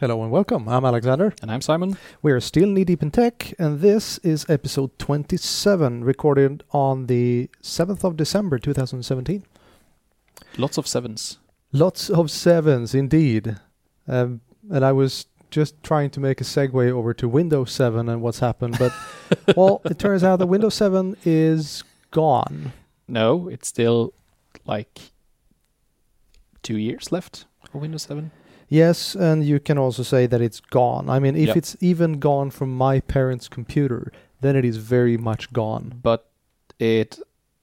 Hello and welcome. I'm Alexander. And I'm Simon. We are still knee deep in tech, and this is episode 27, recorded on the 7th of December 2017. Lots of sevens. Lots of sevens, indeed. Um, and I was just trying to make a segue over to Windows 7 and what's happened, but well, it turns out that Windows 7 is gone. No, it's still like two years left for Windows 7. Yes, and you can also say that it's gone. I mean, if Yep. it's even gone from my parents' computer, then it is very much gone. But it,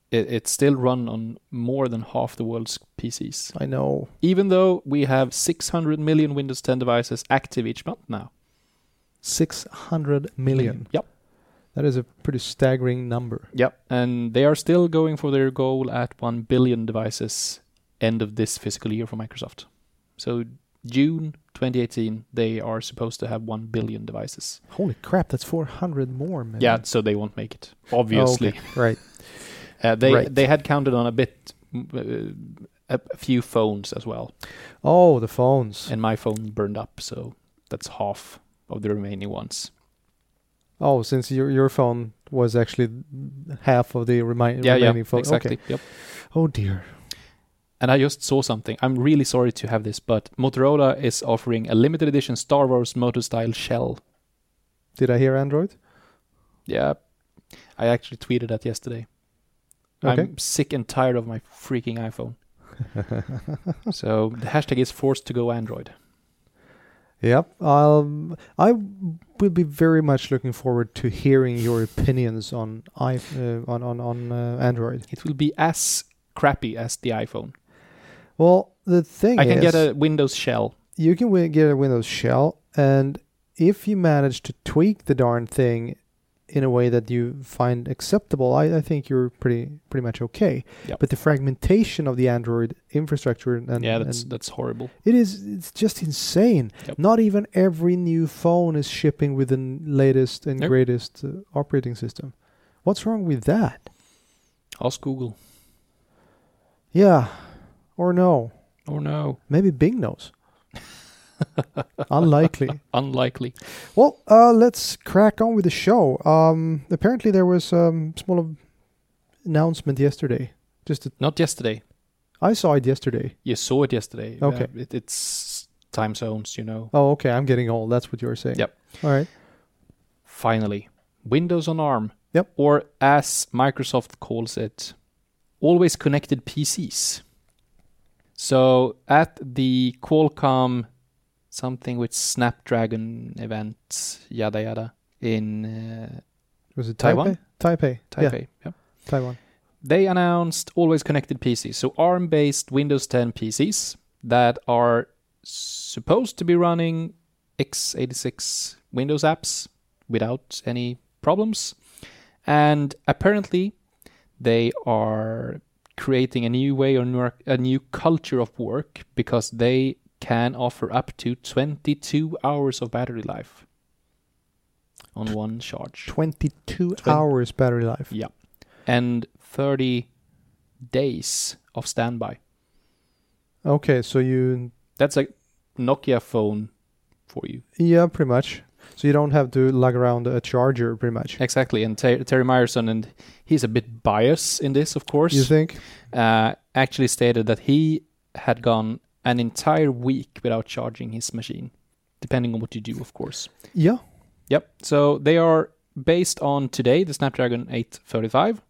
it it's still run on more than half the world's PCs. I know. Even though we have 600 million Windows 10 devices active each month now. 600 million. Yep. That is a pretty staggering number. Yep. And they are still going for their goal at 1 billion devices end of this fiscal year for Microsoft. So June 2018, they are supposed to have 1 billion devices. Holy crap, that's 400 more, man. Yeah, so they won't make it. Obviously. Right. Uh, they Oh, Right. they had counted on a bit, mm, uh, a a few phones as well, Oh, the phones. and my phone burned up, so that's half of the remaining ones. Oh, since your your phone was actually half of the remi- yeah, yeah, remaining phone. exactly. Okay. Yep. Oh, dear. And I just saw something. I'm really sorry to have this, but Motorola is offering a limited edition Star Wars motor style shell. Did I hear Android? Yeah, I actually tweeted that yesterday. Okay. I'm sick and tired of my freaking iPhone. so the hashtag is forced to go Android. Yep. Um, I will be very much looking forward to hearing your opinions on I, uh, on on, on uh, Android. It will be as crappy as the iPhone. Well, the thing I can is, get a Windows shell. you can wi- get a Windows shell, and if you manage to tweak the darn thing in a way that you find acceptable, I, I think you're pretty pretty much okay. Yep. But the fragmentation of the Android infrastructure and yeah, that's and that's horrible. it is it's just insane. Yep. Not even every new phone is shipping with the n- latest and Nope. greatest uh, operating system. What's wrong with that? Ask Google. Yeah, or no? Oh no, Maybe Bing knows. Unlikely. unlikely. Well, uh, let's crack on with the show. Um, apparently, there was a um, small announcement yesterday. Just a, Not yesterday. I saw it yesterday. You saw it yesterday. Okay. Uh, it, it's time zones, you know. Oh, okay. I'm getting old. That's what you were saying. Yep. All right. Finally, Windows on ARM. Yep. Or as Microsoft calls it, always connected PCs. So at the Qualcomm something with Snapdragon event, yada yada, in uh, Was it Taiwan? Taipei? Taipei. Taipei. Yeah, Yep. Taiwan. they announced always connected PCs, so ARM based Windows 10 PCs that are supposed to be running x86 Windows apps without any problems. And apparently, they are creating a new way or nor- a new culture of work because they can offer up to 22 hours of battery life on one charge 22 Twen- hours battery life. Yeah. And 30 days of standby. Okay, so you That's a Nokia phone for you. yeah, pretty much. So you don't have to lug around a charger, pretty much. Exactly. And Ter- Terry Myerson, and he's a bit biased in this, of course, You think? uh, actually stated that he had gone an entire week without charging his machine, depending on what you do, of course. Yeah. Yep. So they are based on today, the Snapdragon 835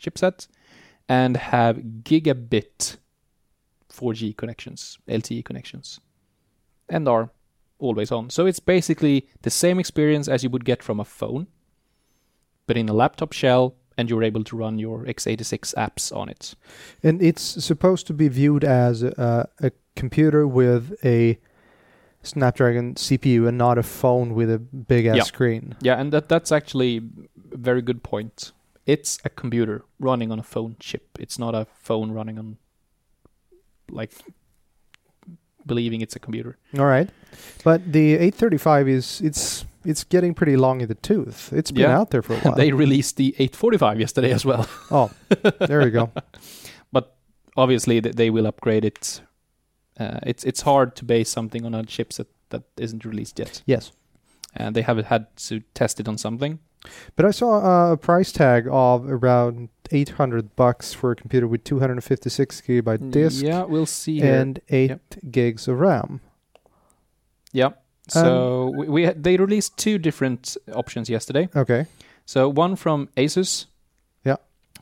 chipset, and have gigabit 4G connections, LTE connections, and are always on. So it's basically the same experience as you would get from a phone, but in a laptop shell, and you're able to run your x86 apps on it. And it's supposed to be viewed as a, a computer with a Snapdragon CPU and not a phone with a big ass Yeah. screen. Yeah, and that that's actually a very good point. It's a computer running on a phone chip. It's not a phone running on like believing it's a computer. All right. But the 835 is it's it's getting pretty long in the tooth. It's been Yeah. out there for a while. They released the 845 yesterday as well. oh, there you go. Obviously, th- they will upgrade it Uh, it's it's hard to base something on a chipset that isn't released yet, Yes. and they haven't had to test it on something. But I saw uh, a price tag of around 800 bucks for a computer with 256 gigabyte disk Mm, Yeah, we'll see. Here. and um, 8 gigs of RAM. yeah, so we, we had- they released two different options yesterday. Okay. So one from Asus, Yeah.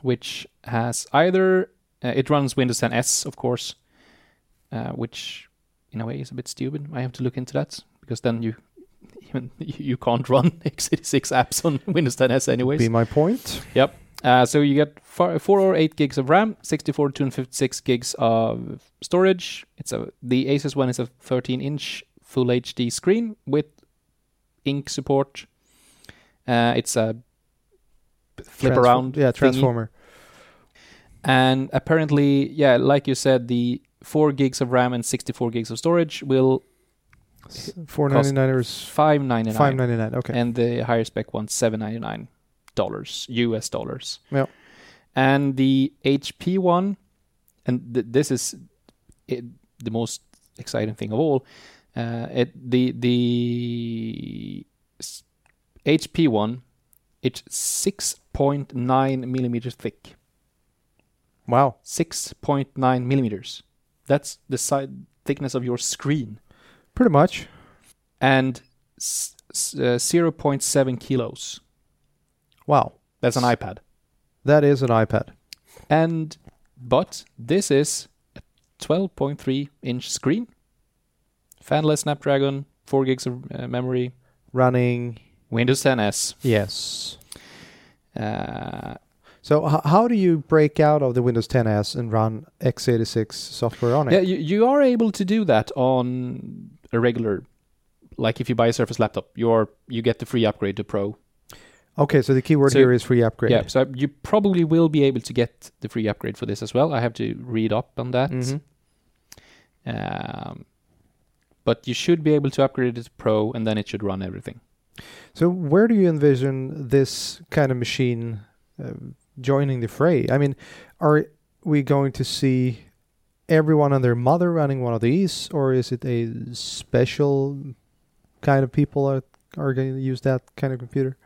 which has either uh, it runs Windows 10 S, of course, uh, which in a way is a bit stupid. I have to look into that because then you even you can't run x86 apps on Windows 10 S anyways. Be my point. Uh, so you get four, four or eight gigs of RAM, 64 to 256 gigs of storage. It's a the Asus one is a 13 inch full HD screen with ink support. Uh, it's a flip Transfor- around, Yeah, thingy. transformer. and apparently, yeah, like you said, the four gigs of RAM and 64 gigs of storage will S- 499 or s- 599, 599. Okay. and the higher spec one 799 dollars US dollars. Yeah. And the HP one, and th- this is it, the most exciting thing of all. Uh, it the the s- HP one, it's six point nine millimeters thick. Wow. Six point nine millimeters. That's the side thickness of your screen, Pretty much. and s- s- uh, zero point seven kilos. Wow. That's an iPad. That is an iPad. And but this is a 12.3 inch screen, fanless Snapdragon, four gigs of uh, memory, Running. Windows 10 S. Yes. Uh, So h- how do you break out of the Windows 10s and run x86 software on it? yeah, you, you are able to do that on a regular, like if you buy a Surface laptop, you're you get the free upgrade to Pro. Okay, so the keyword So- here is free upgrade. Yeah, so you probably will be able to get the free upgrade for this as well. I have to read up on that. Mhm. Um, but you should be able to upgrade it to Pro, and then it should run everything. So where do you envision this kind of machine uh, joining the fray? I mean, are we going to see everyone and their mother running one of these, or is it a special kind of people that are going to use that kind of computer?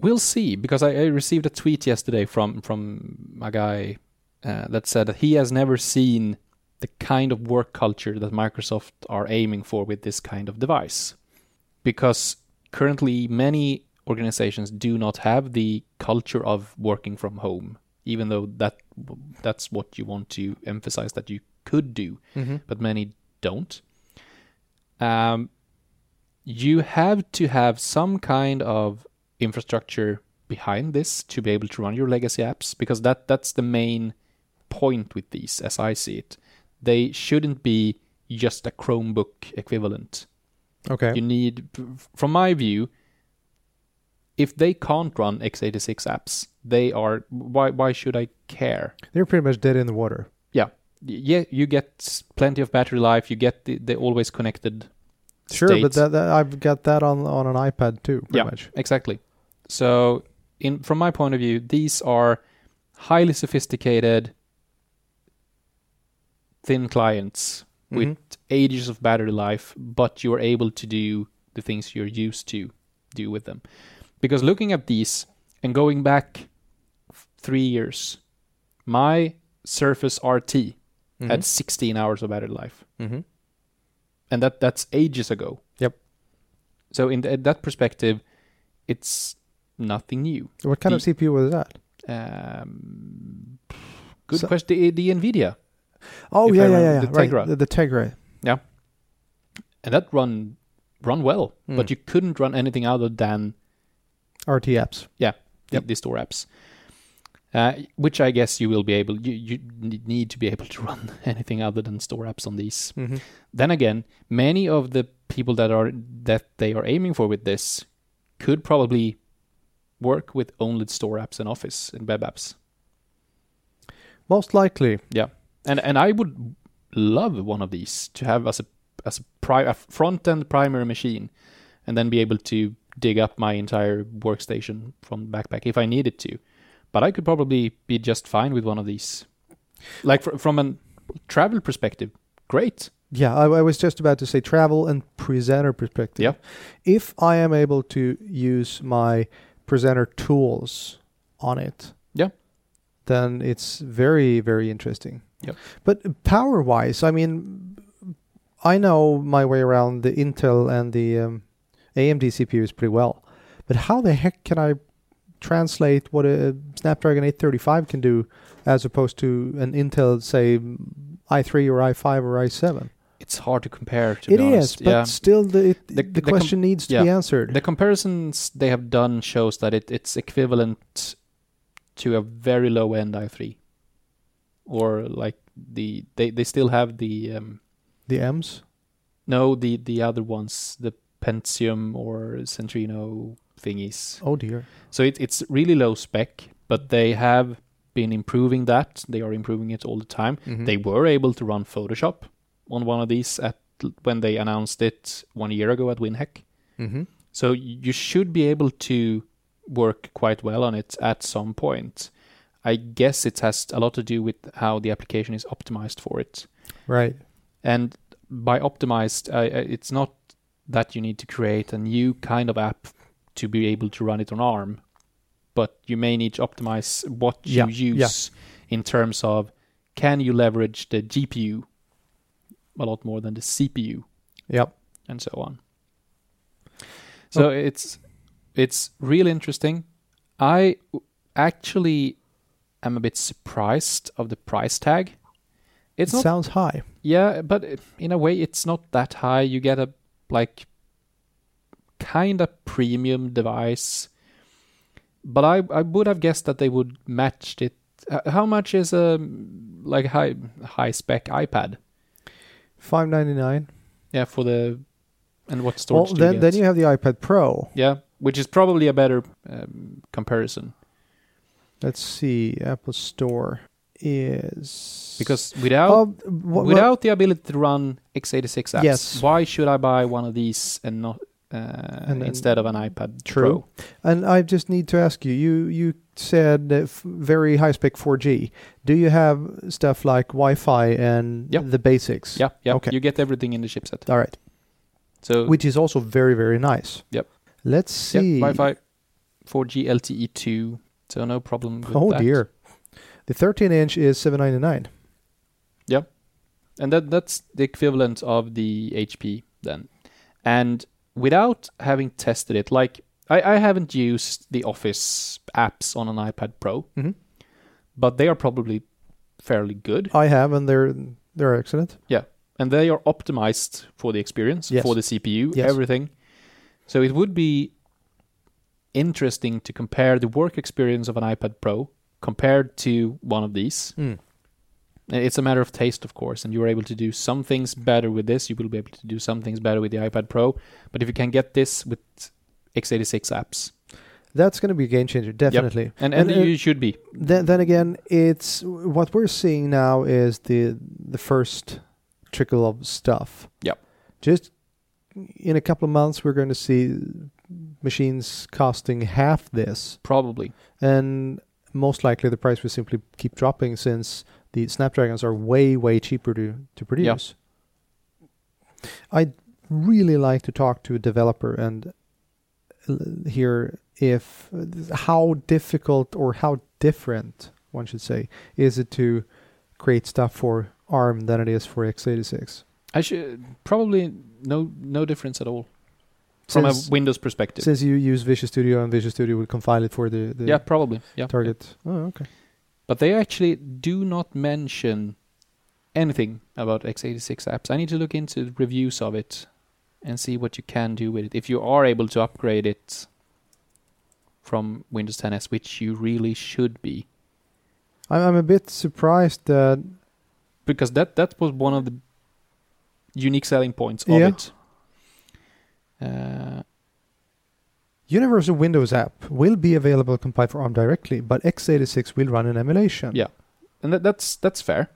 We'll see, because I, I received a tweet yesterday from from a guy uh, that said that he has never seen the kind of work culture that Microsoft are aiming for with this kind of device, because currently many organizations do not have the culture of working from home, even though that that's what you want to emphasize that you could do Mm-hmm. but many don't. Um, you have to have some kind of infrastructure behind this to be able to run your legacy apps because that that's the main point with these, as I see it. They shouldn't be just a Chromebook equivalent. Okay. You need, from my view, if they can't run x86 apps, they are. Why why should I care? They're pretty much dead in the water. yeah, you get plenty of battery life. You get the, the always connected. Sure, but state. that, that, I've got that on, on an iPad too, pretty Yeah. much. exactly. So, in from my point of view, these are highly sophisticated, thin clients with Mhm. ages of battery life, but you're able to do the things you're used to do with them. Because looking at these and going back f- three years, my Surface RT Mm-hmm. had Mm-hmm. 16 hours of battery life. Mhm. and that that's ages ago. Yep. So in th- that perspective, it's nothing new. What kind of CPU was that? Um, good So- question. The, the Nvidia Oh If yeah, yeah, yeah, I remember, yeah, the right, Tegra. The, the Tegra. and that run run well, but Mm. you couldn't run anything other than RT apps. the, Yep. the store apps. Uh, which I guess you will be able you you ne- need to be able to run anything other than store apps on these. Mm-hmm. Then again, many of the people that are that they are aiming for with this could probably work with only store apps and Office and web apps. Most likely. and and I would love one of these to have as a as a, pri- a front end primary machine, and then be able to dig up my entire workstation from the backpack if I needed to. But I could probably be just fine with one of these. Like fr- from a travel perspective, Great. Yeah, I, I was just about to say travel and presenter perspective. Yep. If I am able to use my presenter tools on it, Yeah. then it's very, very interesting. Yep. But power wise, I mean, I know my way around the Intel and the um, AMD CPUs pretty well, but how the heck can I translate what a Snapdragon 835 can do as opposed to an Intel, say, i3 or i5 or i7? It's hard to compare. To It is, be honest. but yeah. still, the it, The- the, the com- question needs to be answered. The comparisons they have done shows that it, it's equivalent to a very low end i3, or like the they, they still have the um, the M's. no the the other ones the Pentium or Centrino thingies. Oh dear. So it, it's really low spec, but they have been improving that. They are improving it all the time. Hmm. They were able to run Photoshop on one of these at when they announced it one year ago at WinHack. Mm-hmm. So you should be able to work quite well on it at some point. I guess it has a lot to do with how the application is optimized for it. Right. And by optimized, I I- it's not that you need to create a new kind of app to be able to run it on ARM, but you may need to optimize what you Yeah, yeah. use in terms of can you leverage the GPU a lot more than the CPU Yep. and so on. So it's it's real interesting. I w- actually am a bit surprised of the price tag. It's it not sounds high. yeah, but it- in a way it's not that high. You get a like kind of premium device. But I I would have guessed that they would match it. Uh, How much is a like high high spec iPad? Five ninety nine. Yeah, for the and what Well, storage? do you then get? then you have the iPad Pro. Yeah, which is probably a better um, comparison Let's see. Apple Store is because without Oh, wha- wha- without the ability to run x86 apps, Yes. why should I buy one of these and not uh, And- instead of an iPad True. Pro? and I just need to ask you. You you said uh, f- very high spec 4G. Do you have stuff like Wi-Fi and Yep. the basics? Yeah, yeah. Okay. You get everything in the chipset. All right. So Which is also very very nice. Yep. Let's yeah, see. Wi-Fi, 4G LTE 2. E So no problem with Oh that. dear. The 13 inch is 799. And that that's the equivalent of the HP then. And without having tested it, like I, I haven't used the Office apps on an iPad Pro, Mhm. but they are probably fairly good. I have, and they're they're excellent. And they are optimized for the experience, Yes. for the CPU, Yes. everything. So it would be interesting to compare the work experience of an iPad Pro compared to one of these. Uh, It's a matter of taste, of course, and you're able to do some things better with this. You will be able to do some things better with the iPad Pro. But if you can get this with x86 apps, That's going to be a game changer, definitely. and and, And, uh, you should be, Then, then again, it's what we're seeing now is the the first trickle of stuff. Yep. Just in a couple of months, we're going to see machines costing half this, probably. and most likely the price will simply keep dropping since the Snapdragons are way way cheaper to to produce. I'd really like to talk to a developer and l- hear if how difficult or how different one should say is it to create stuff for ARM than it is for x86. I should probably no no difference at all from Since- a Windows perspective. Since you use Visual Studio and Visual Studio will compile it for the, the yeah, probably. Yeah, target. Oh, okay. But they actually do not mention anything about x86 apps. I need to look into reviews of it and see what you can do with it. If you are able to upgrade it from Windows 10s, which you really should be, I'm, I'm a bit surprised that because that that was one of the unique selling points of Yeah. it. Uh, Universal Windows app will be available compiled for ARM directly, but x86 will run an emulation. Yeah. and that, that's that's fair.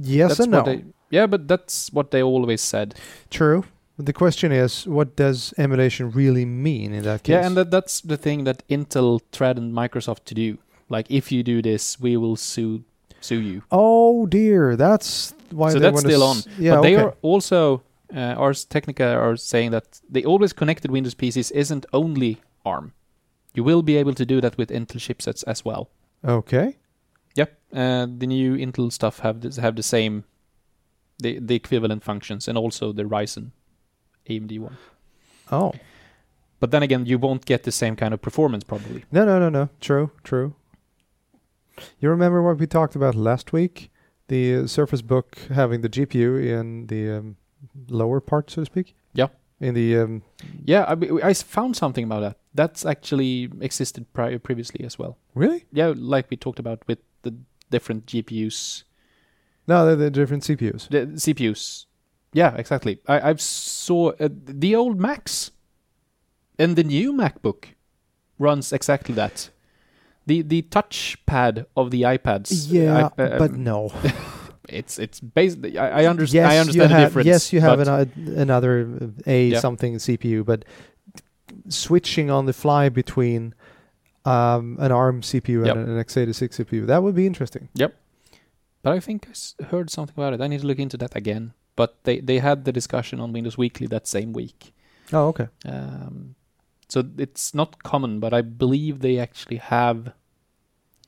Yes that's and no. what they, yeah, but that's what they always said. True. The question is, what does emulation really mean in that case? Yeah, and that, that's the thing that Intel threatened Microsoft to do. Like, if you do this, we will sue sue you. Oh dear, that's why. so they that's wanna still on. s- Yeah, but they okay. are also uh, Ars Technica are saying that the always connected Windows PCs isn't only ARM. You will be able to do that with Intel chipsets as well. Okay. Yep. Uh, the new Intel stuff have this, have the same, the the equivalent functions, and also the Ryzen, AMD one. Oh But then again, you won't get the same kind of performance probably. no, no, no, no. True, true. You remember what we talked about last week? The uh, Surface Book having the GPU in the um, lower part, so to speak. Yeah. In the um, Yeah, I, I s- found something about that. That's actually existed prior previously as well. really? Yeah, like we talked about with the different GPUs, No, they're, they're different CPUs. the CPUs. Yeah, exactly. I, I've saw uh, the old Macs and the new MacBook runs exactly that. The the touchpad of the iPads. iP- but uh, um, no. it's it's basically I, I understand. yes, I understand you the have, difference. Yes, you have but- an, uh, another a Yeah. something CPU, but switching on the fly between um, an ARM CPU Yep. and an x86 CPU that would be interesting. But I think I s- heard something about it. I need to look into that again. But they, they had the discussion on Windows Weekly that same week. Oh, okay. Um, so it's not common, but I believe they actually have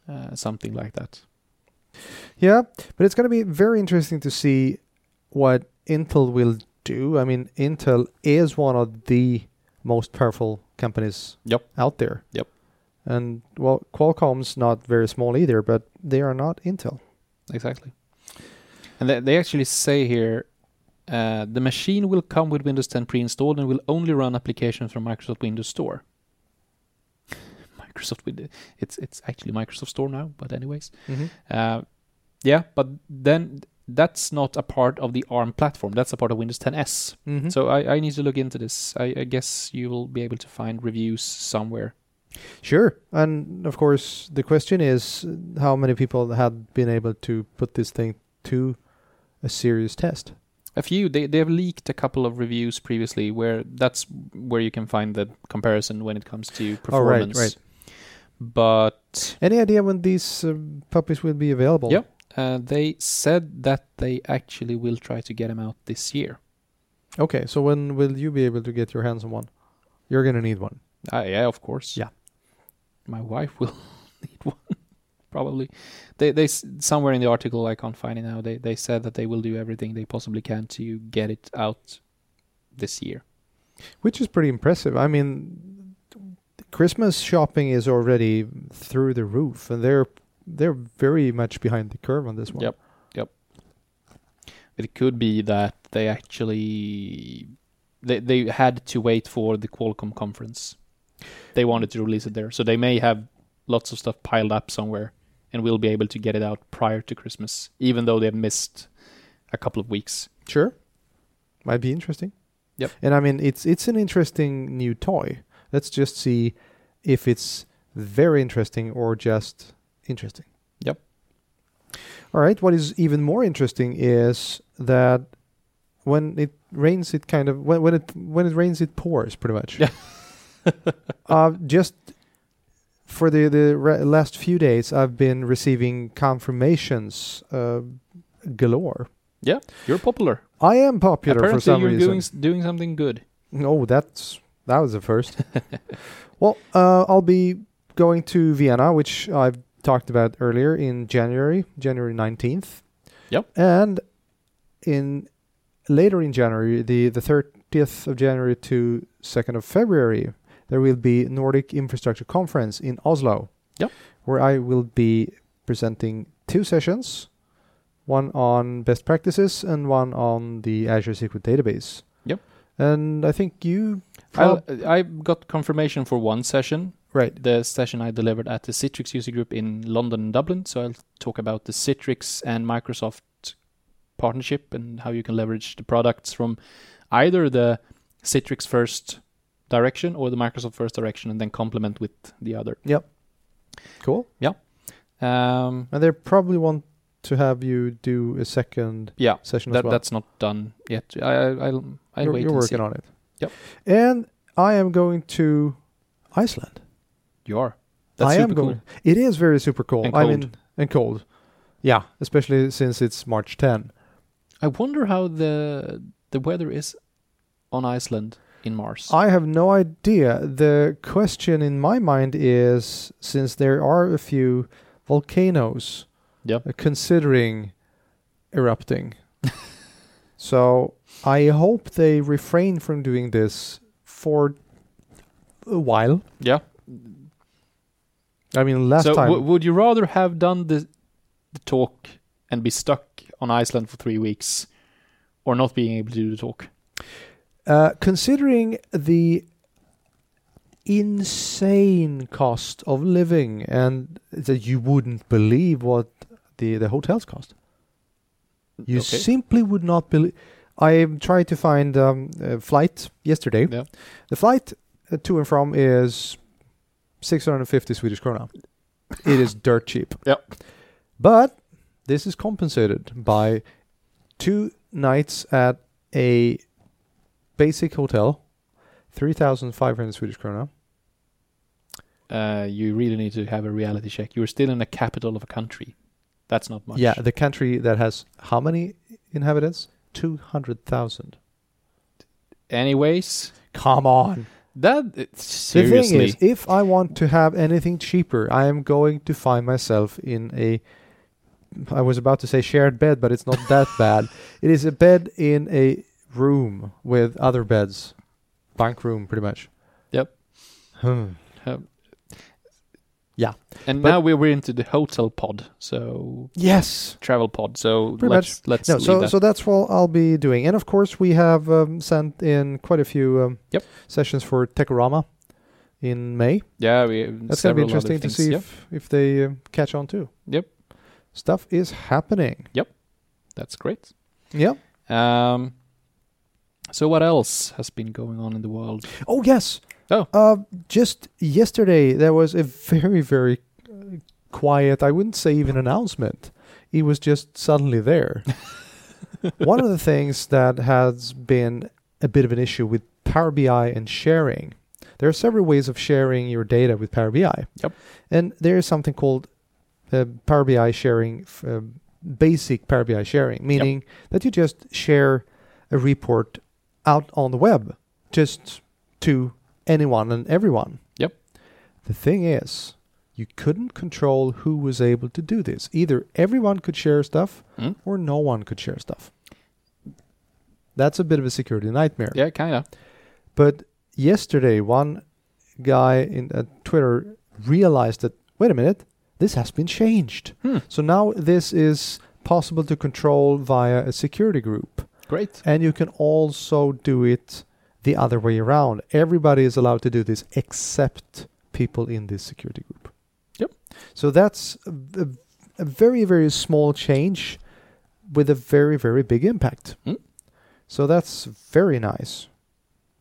uh, something like that. Yeah, but it's going to be very interesting to see what Intel will do. I mean, Intel is one of the most powerful companies Yep. out there. Yep. And well, Qualcomm's not very small either, but they are not Intel. Exactly. And they, they actually say here uh, the machine will come with Windows 10 pre installed and will only run applications from Microsoft Windows Store. Microsoft Windows. It's, it's actually Microsoft Store now, but, anyways. Mm-hmm. Uh, yeah, but then that's not a part of the ARM platform. That's a part of Windows 10s. Mm-hmm. So I, I need to look into this. I, I guess you will be able to find reviews somewhere. Sure. And of course, the question is uh, how many people had been able to put this thing to a serious test? A few they they have leaked a couple of reviews previously where that's where you can find the comparison when it comes to Oh, right, performance. right. But Any idea when these uh, puppies will be available? Yep. uh, they said that they actually will try to get them out this year. Okay. So when will you be able to get your hands on one? You're going to need one. Ah, yeah, of course. Yeah. My wife will need one, probably. They they s- somewhere in the article I can't find it now. They they said that they will do everything they possibly can to get it out this year. Which is pretty impressive. I mean, Christmas shopping is already through the roof, and they're they're very much behind the curve on this one. Yep. It could be that they actually they they had to wait for the Qualcomm conference. They wanted to release it there, so they may have lots of stuff piled up somewhere, and we'll be able to get it out prior to Christmas, even though they've missed a couple of weeks. Sure. Might be interesting. Yep. And I mean it's it's an interesting new toy. Let's just see if it's very interesting or just interesting. Yep. All right, what is even more interesting is that when it rains it kind of when, when it when it rains it pours pretty much. Yeah. uh just for the the re- last few days I've been receiving confirmations uh, galore. Yeah, you're popular. I am popular Apparently, for some you're reason. doing s- doing something good. No, that's that was the first. well, uh, I'll be going to Vienna, which I've talked about earlier in January, January nineteenth. Yep. And in later in January, the the thirtieth of January to second of February, there will be Nordic Infrastructure Conference in Oslo. Yep. Where I will be presenting two sessions, one on best practices and one on the Azure Secret Database. Yep. And I think you. I'll- prob- I got confirmation for one session, right. the session I delivered at the Citrix user group in London and Dublin. So I'll talk about the Citrix and Microsoft partnership and how you can leverage the products from either the Citrix first direction or the Microsoft first direction, and then complement with the other. Cool. Um, And they probably want to have you do a second yeah, session as that, well. that's not done yet. I, I, I'll, I'll you're wait you're and see. working on it. Yep. And I am going to Iceland. You are. That's I super am cool. going. It is very super cool. And I cold. mean, and cold. Yeah, especially since it's March 10. I wonder how the the weather is on Iceland in Mars. I have no idea. The question in my mind is since there are a few volcanoes Yep. uh, considering erupting. so I hope they refrain from doing this for a while. yeah. I mean, last so time. w- would you rather have done the the talk and be stuck on Iceland for 3 weeks or not being able to do the talk? Uh, considering the insane cost of living and that you wouldn't believe what the, the hotels cost. You Okay. simply would not believe. I tried to find um, a flight yesterday. Yeah. The flight uh, to and from is 650 Swedish krona. it is dirt cheap. Yep. But this is compensated by two nights at a basic hotel, 3,500 Swedish krona. Uh, you really need to have a reality check. You're still in the capital of a country. That's not much. Yeah, the country that has how many inhabitants? 200,000. Anyways, Come on. that uh, The thing seriously is, if I want to have anything cheaper, I am going to find myself in a. I was about to say shared bed, but it's not that bad. It is a bed in a room with other beds, bunk room, pretty much. Yep. Hmm. And But- now we're, we're into the hotel pod, so Yes. travel pod. So Pretty let's let's No, leave so that. so that's what I'll be doing, and of course we have um, sent in quite a few um, Yep. sessions for Techorama in May. yeah, we That's going to be several other interesting to things. see Yep. if if they uh, catch on too. Yep. Stuff is happening. That's great. Yep. Um, so what else has been going on in the world? Oh yes. Oh. Uh, just yesterday there was a very very uh, quiet. I wouldn't say even announcement. It was just suddenly there. One of the things that has been a bit of an issue with Power BI and sharing. There are several ways of sharing your data with Power BI. Yep. And there is something called uh, Power BI sharing, f- uh, basic Power BI sharing, meaning that you just share a report out on the web, just to anyone and everyone. Yep. The thing is, you couldn't control who was able to do this. Either everyone could share stuff Mm. or no one could share stuff. That's a bit of a security nightmare. Yeah, kind of. But yesterday, one guy in at Twitter realized that wait a minute, this has been changed. Hmm. So now this is possible to control via a security group, Great. and you can also do it the other way around. Everybody is allowed to do this except people in this security group. Yep. So that's a, a, a very very small change with a very very big impact. Hmm. So that's very nice.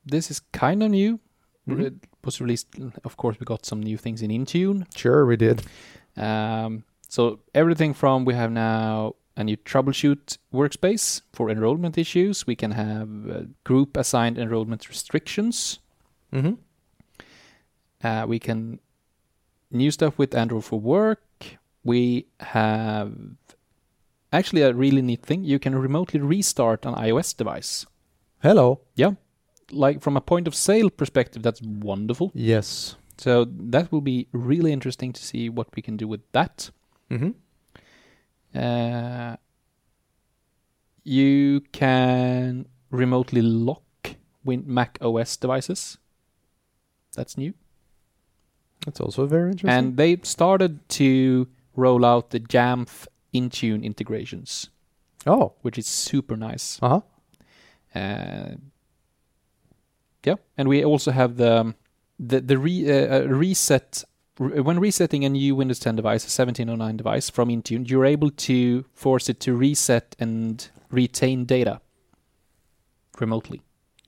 This is kind of new. Mhm. It was released. Of course, we got some new things in Intune. Sure, we did. Um, so everything from we have now a new troubleshoot workspace for enrollment issues. We can have uh, group assigned enrollment restrictions. Mm-hmm. Uh, we can new stuff with Android for work. We have actually a really neat thing. You can remotely restart an iOS device. Hello. Like from a point of sale perspective, that's wonderful. Yes. So that will be really interesting to see what we can do with that. Mm-hmm. Uh, you can remotely lock Win Mac OS devices. That's new. That's also very interesting. And they started to roll out the Jamf Intune integrations, oh, which is super nice. uh huh. Uh, yeah, and we also have the um, the the re, uh, uh, reset re- when resetting a new Windows 10 device, a 1709 device from Intune, you're able to force it to reset and retain data remotely.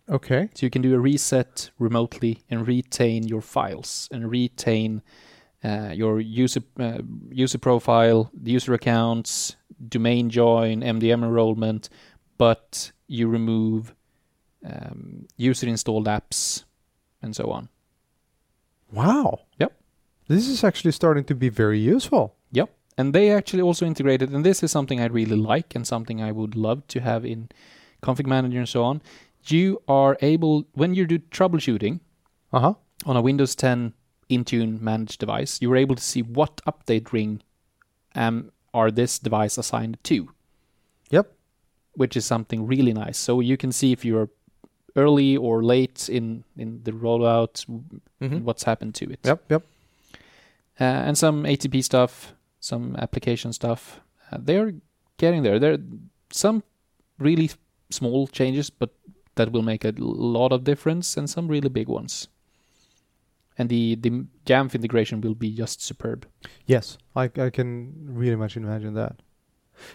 Okay. So you can do a reset remotely and retain your files and retain uh, your user uh, user profile, the user accounts, domain join, MDM enrollment, but you remove um, user installed apps and so on. Wow. Yep. This is actually starting to be very useful. Yep. And they actually also integrated, and this is something I really like and something I would love to have in Config Manager and so on. You are able, when you do troubleshooting Uh huh. on a Windows 10 Intune managed device, you're able to see what update ring um, are this device assigned to Yep. which is something really nice. So you can see if you're early or late in in the rollout, w- Mhm. what's happened to it. Yep. Yep. Uh, and some ATP stuff, some application stuff. Uh, they're getting there. There are some really small changes, but that will make a lot of difference, and some really big ones. And the the Jamf integration will be just superb. Yes, I, I can really much imagine that.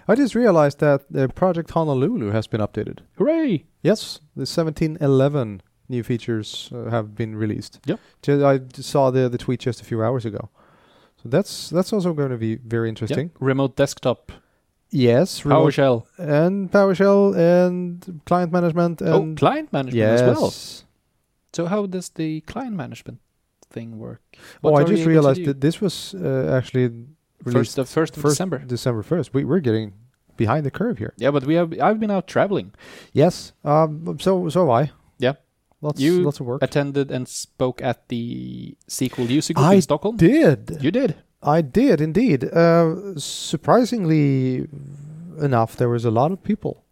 I just realized that uh, Project Honolulu has been updated. Hooray! Yes, the 1711 new features uh, have been released. Yep. Ju- I d- saw the, the tweet just a few hours ago. So that's that's also going to be very interesting. Yep. Remote desktop, Yes, remote PowerShell, and PowerShell and client management oh, and client management yes. as well. So how does the client management thing work? Oh, What I are just you able to realized do? that this was uh, actually first released of first of December. December 1st. We, we're getting behind the curve here. Yeah, but we have I've been out traveling, Yes. Um, so so have I. Yeah. Lots You lots of work. attended and spoke at the SQL user group I in Stockholm. did. You did. I did indeed. Uh, surprisingly enough, there was a lot of people.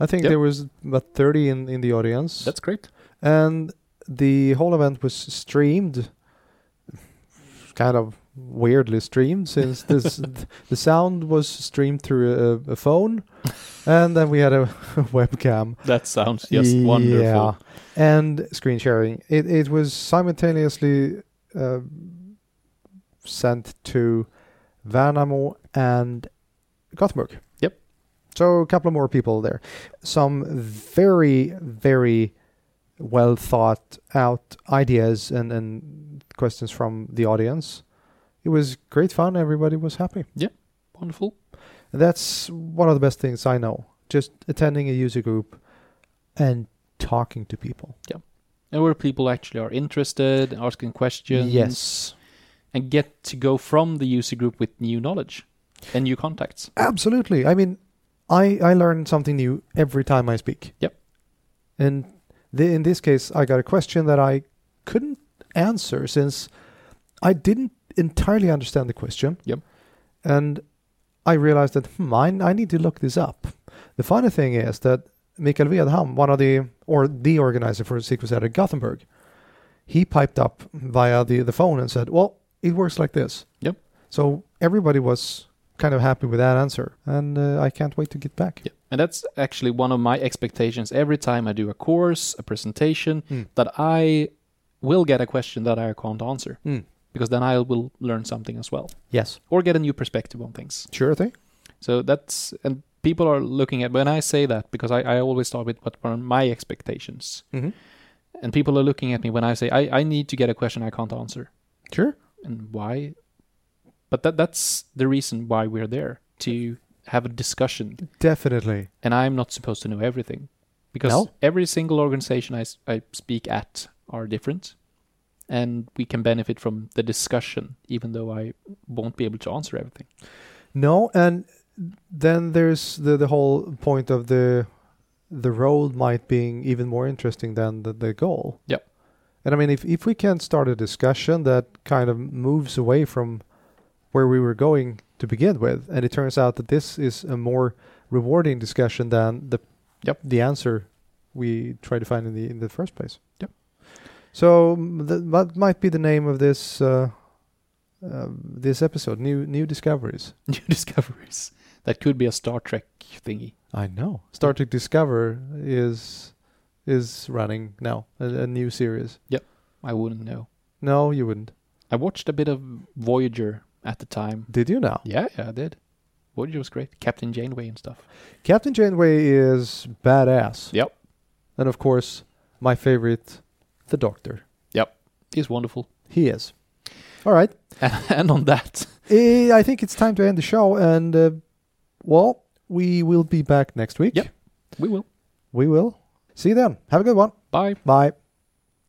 I think Yep. there was about 30 in, in the audience. That's great. and the whole event was streamed kind of weirdly streamed since this th- the sound was streamed through a, a phone and then we had a webcam That sounds just yeah. wonderful. And screen sharing. It it was simultaneously uh, sent to Värnamo and Gothenburg. Yep. So a couple of more people there. Some very very well thought out ideas and and questions from the audience. It was great fun. Everybody was happy. Wonderful. That's one of the best things I know. Just attending a user group and talking to people. And where people actually are interested, asking questions. Yes. And get to go from the user group with new knowledge and new contacts. Absolutely. I mean, I I learn something new every time I speak. Yep. And the, in this case, I got a question that I couldn't answer since I didn't entirely understand the question. Yep. And I realized that hmm, I, I need to look this up. The funny thing is that Mikael Vedham, one of the or the organizer for Sequence at Gothenburg, he piped up via the, the phone and said, "Well, it works like this." Yep. So everybody was kind of happy with that answer, and uh, I can't wait to get back. Yeah. And that's actually one of my expectations every time I do a course, a presentation, Mm. that I will get a question that I can't answer Mm. because then I will learn something as well Yes, or get a new perspective on things. sure thing. So that's, and people are looking at, when I say that, because I, I always start with what are my expectations. Mhm. And people are looking at me when I say, I, I need to get a question I can't answer. Sure. And why? But that that's the reason why we're there to have a discussion Definitely. and I'm not supposed to know everything because No. every single organization I, s- I speak at are different and we can benefit from the discussion even though I won't be able to answer everything. No, and then there's the the whole point of the the road might being even more interesting than the, the goal. Yep. And I mean, if if we can start a discussion that kind of moves away from where we were going to begin with, and it turns out that this is a more rewarding discussion than the Yep. the answer we try to find in the in the first place. Yep. So mm, that that might be the name of this uh, uh, this episode: new new discoveries. New discoveries. That could be a Star Trek thingy. I know. Star Trek Discover is is running now a, a new series. I wouldn't know. No, you wouldn't. I watched a bit of Voyager at the time. Did you now? Yeah, yeah, I did. Voyager was great. Captain Janeway and stuff. Captain Janeway is badass. Yep. And of course, my favorite, the Doctor. He's wonderful. He is. All right. and on that, Eh, I think it's time to end the show. And uh, well, we will be back next week. Yep. we will. We will. See you then. Have a good one. Bye. Bye.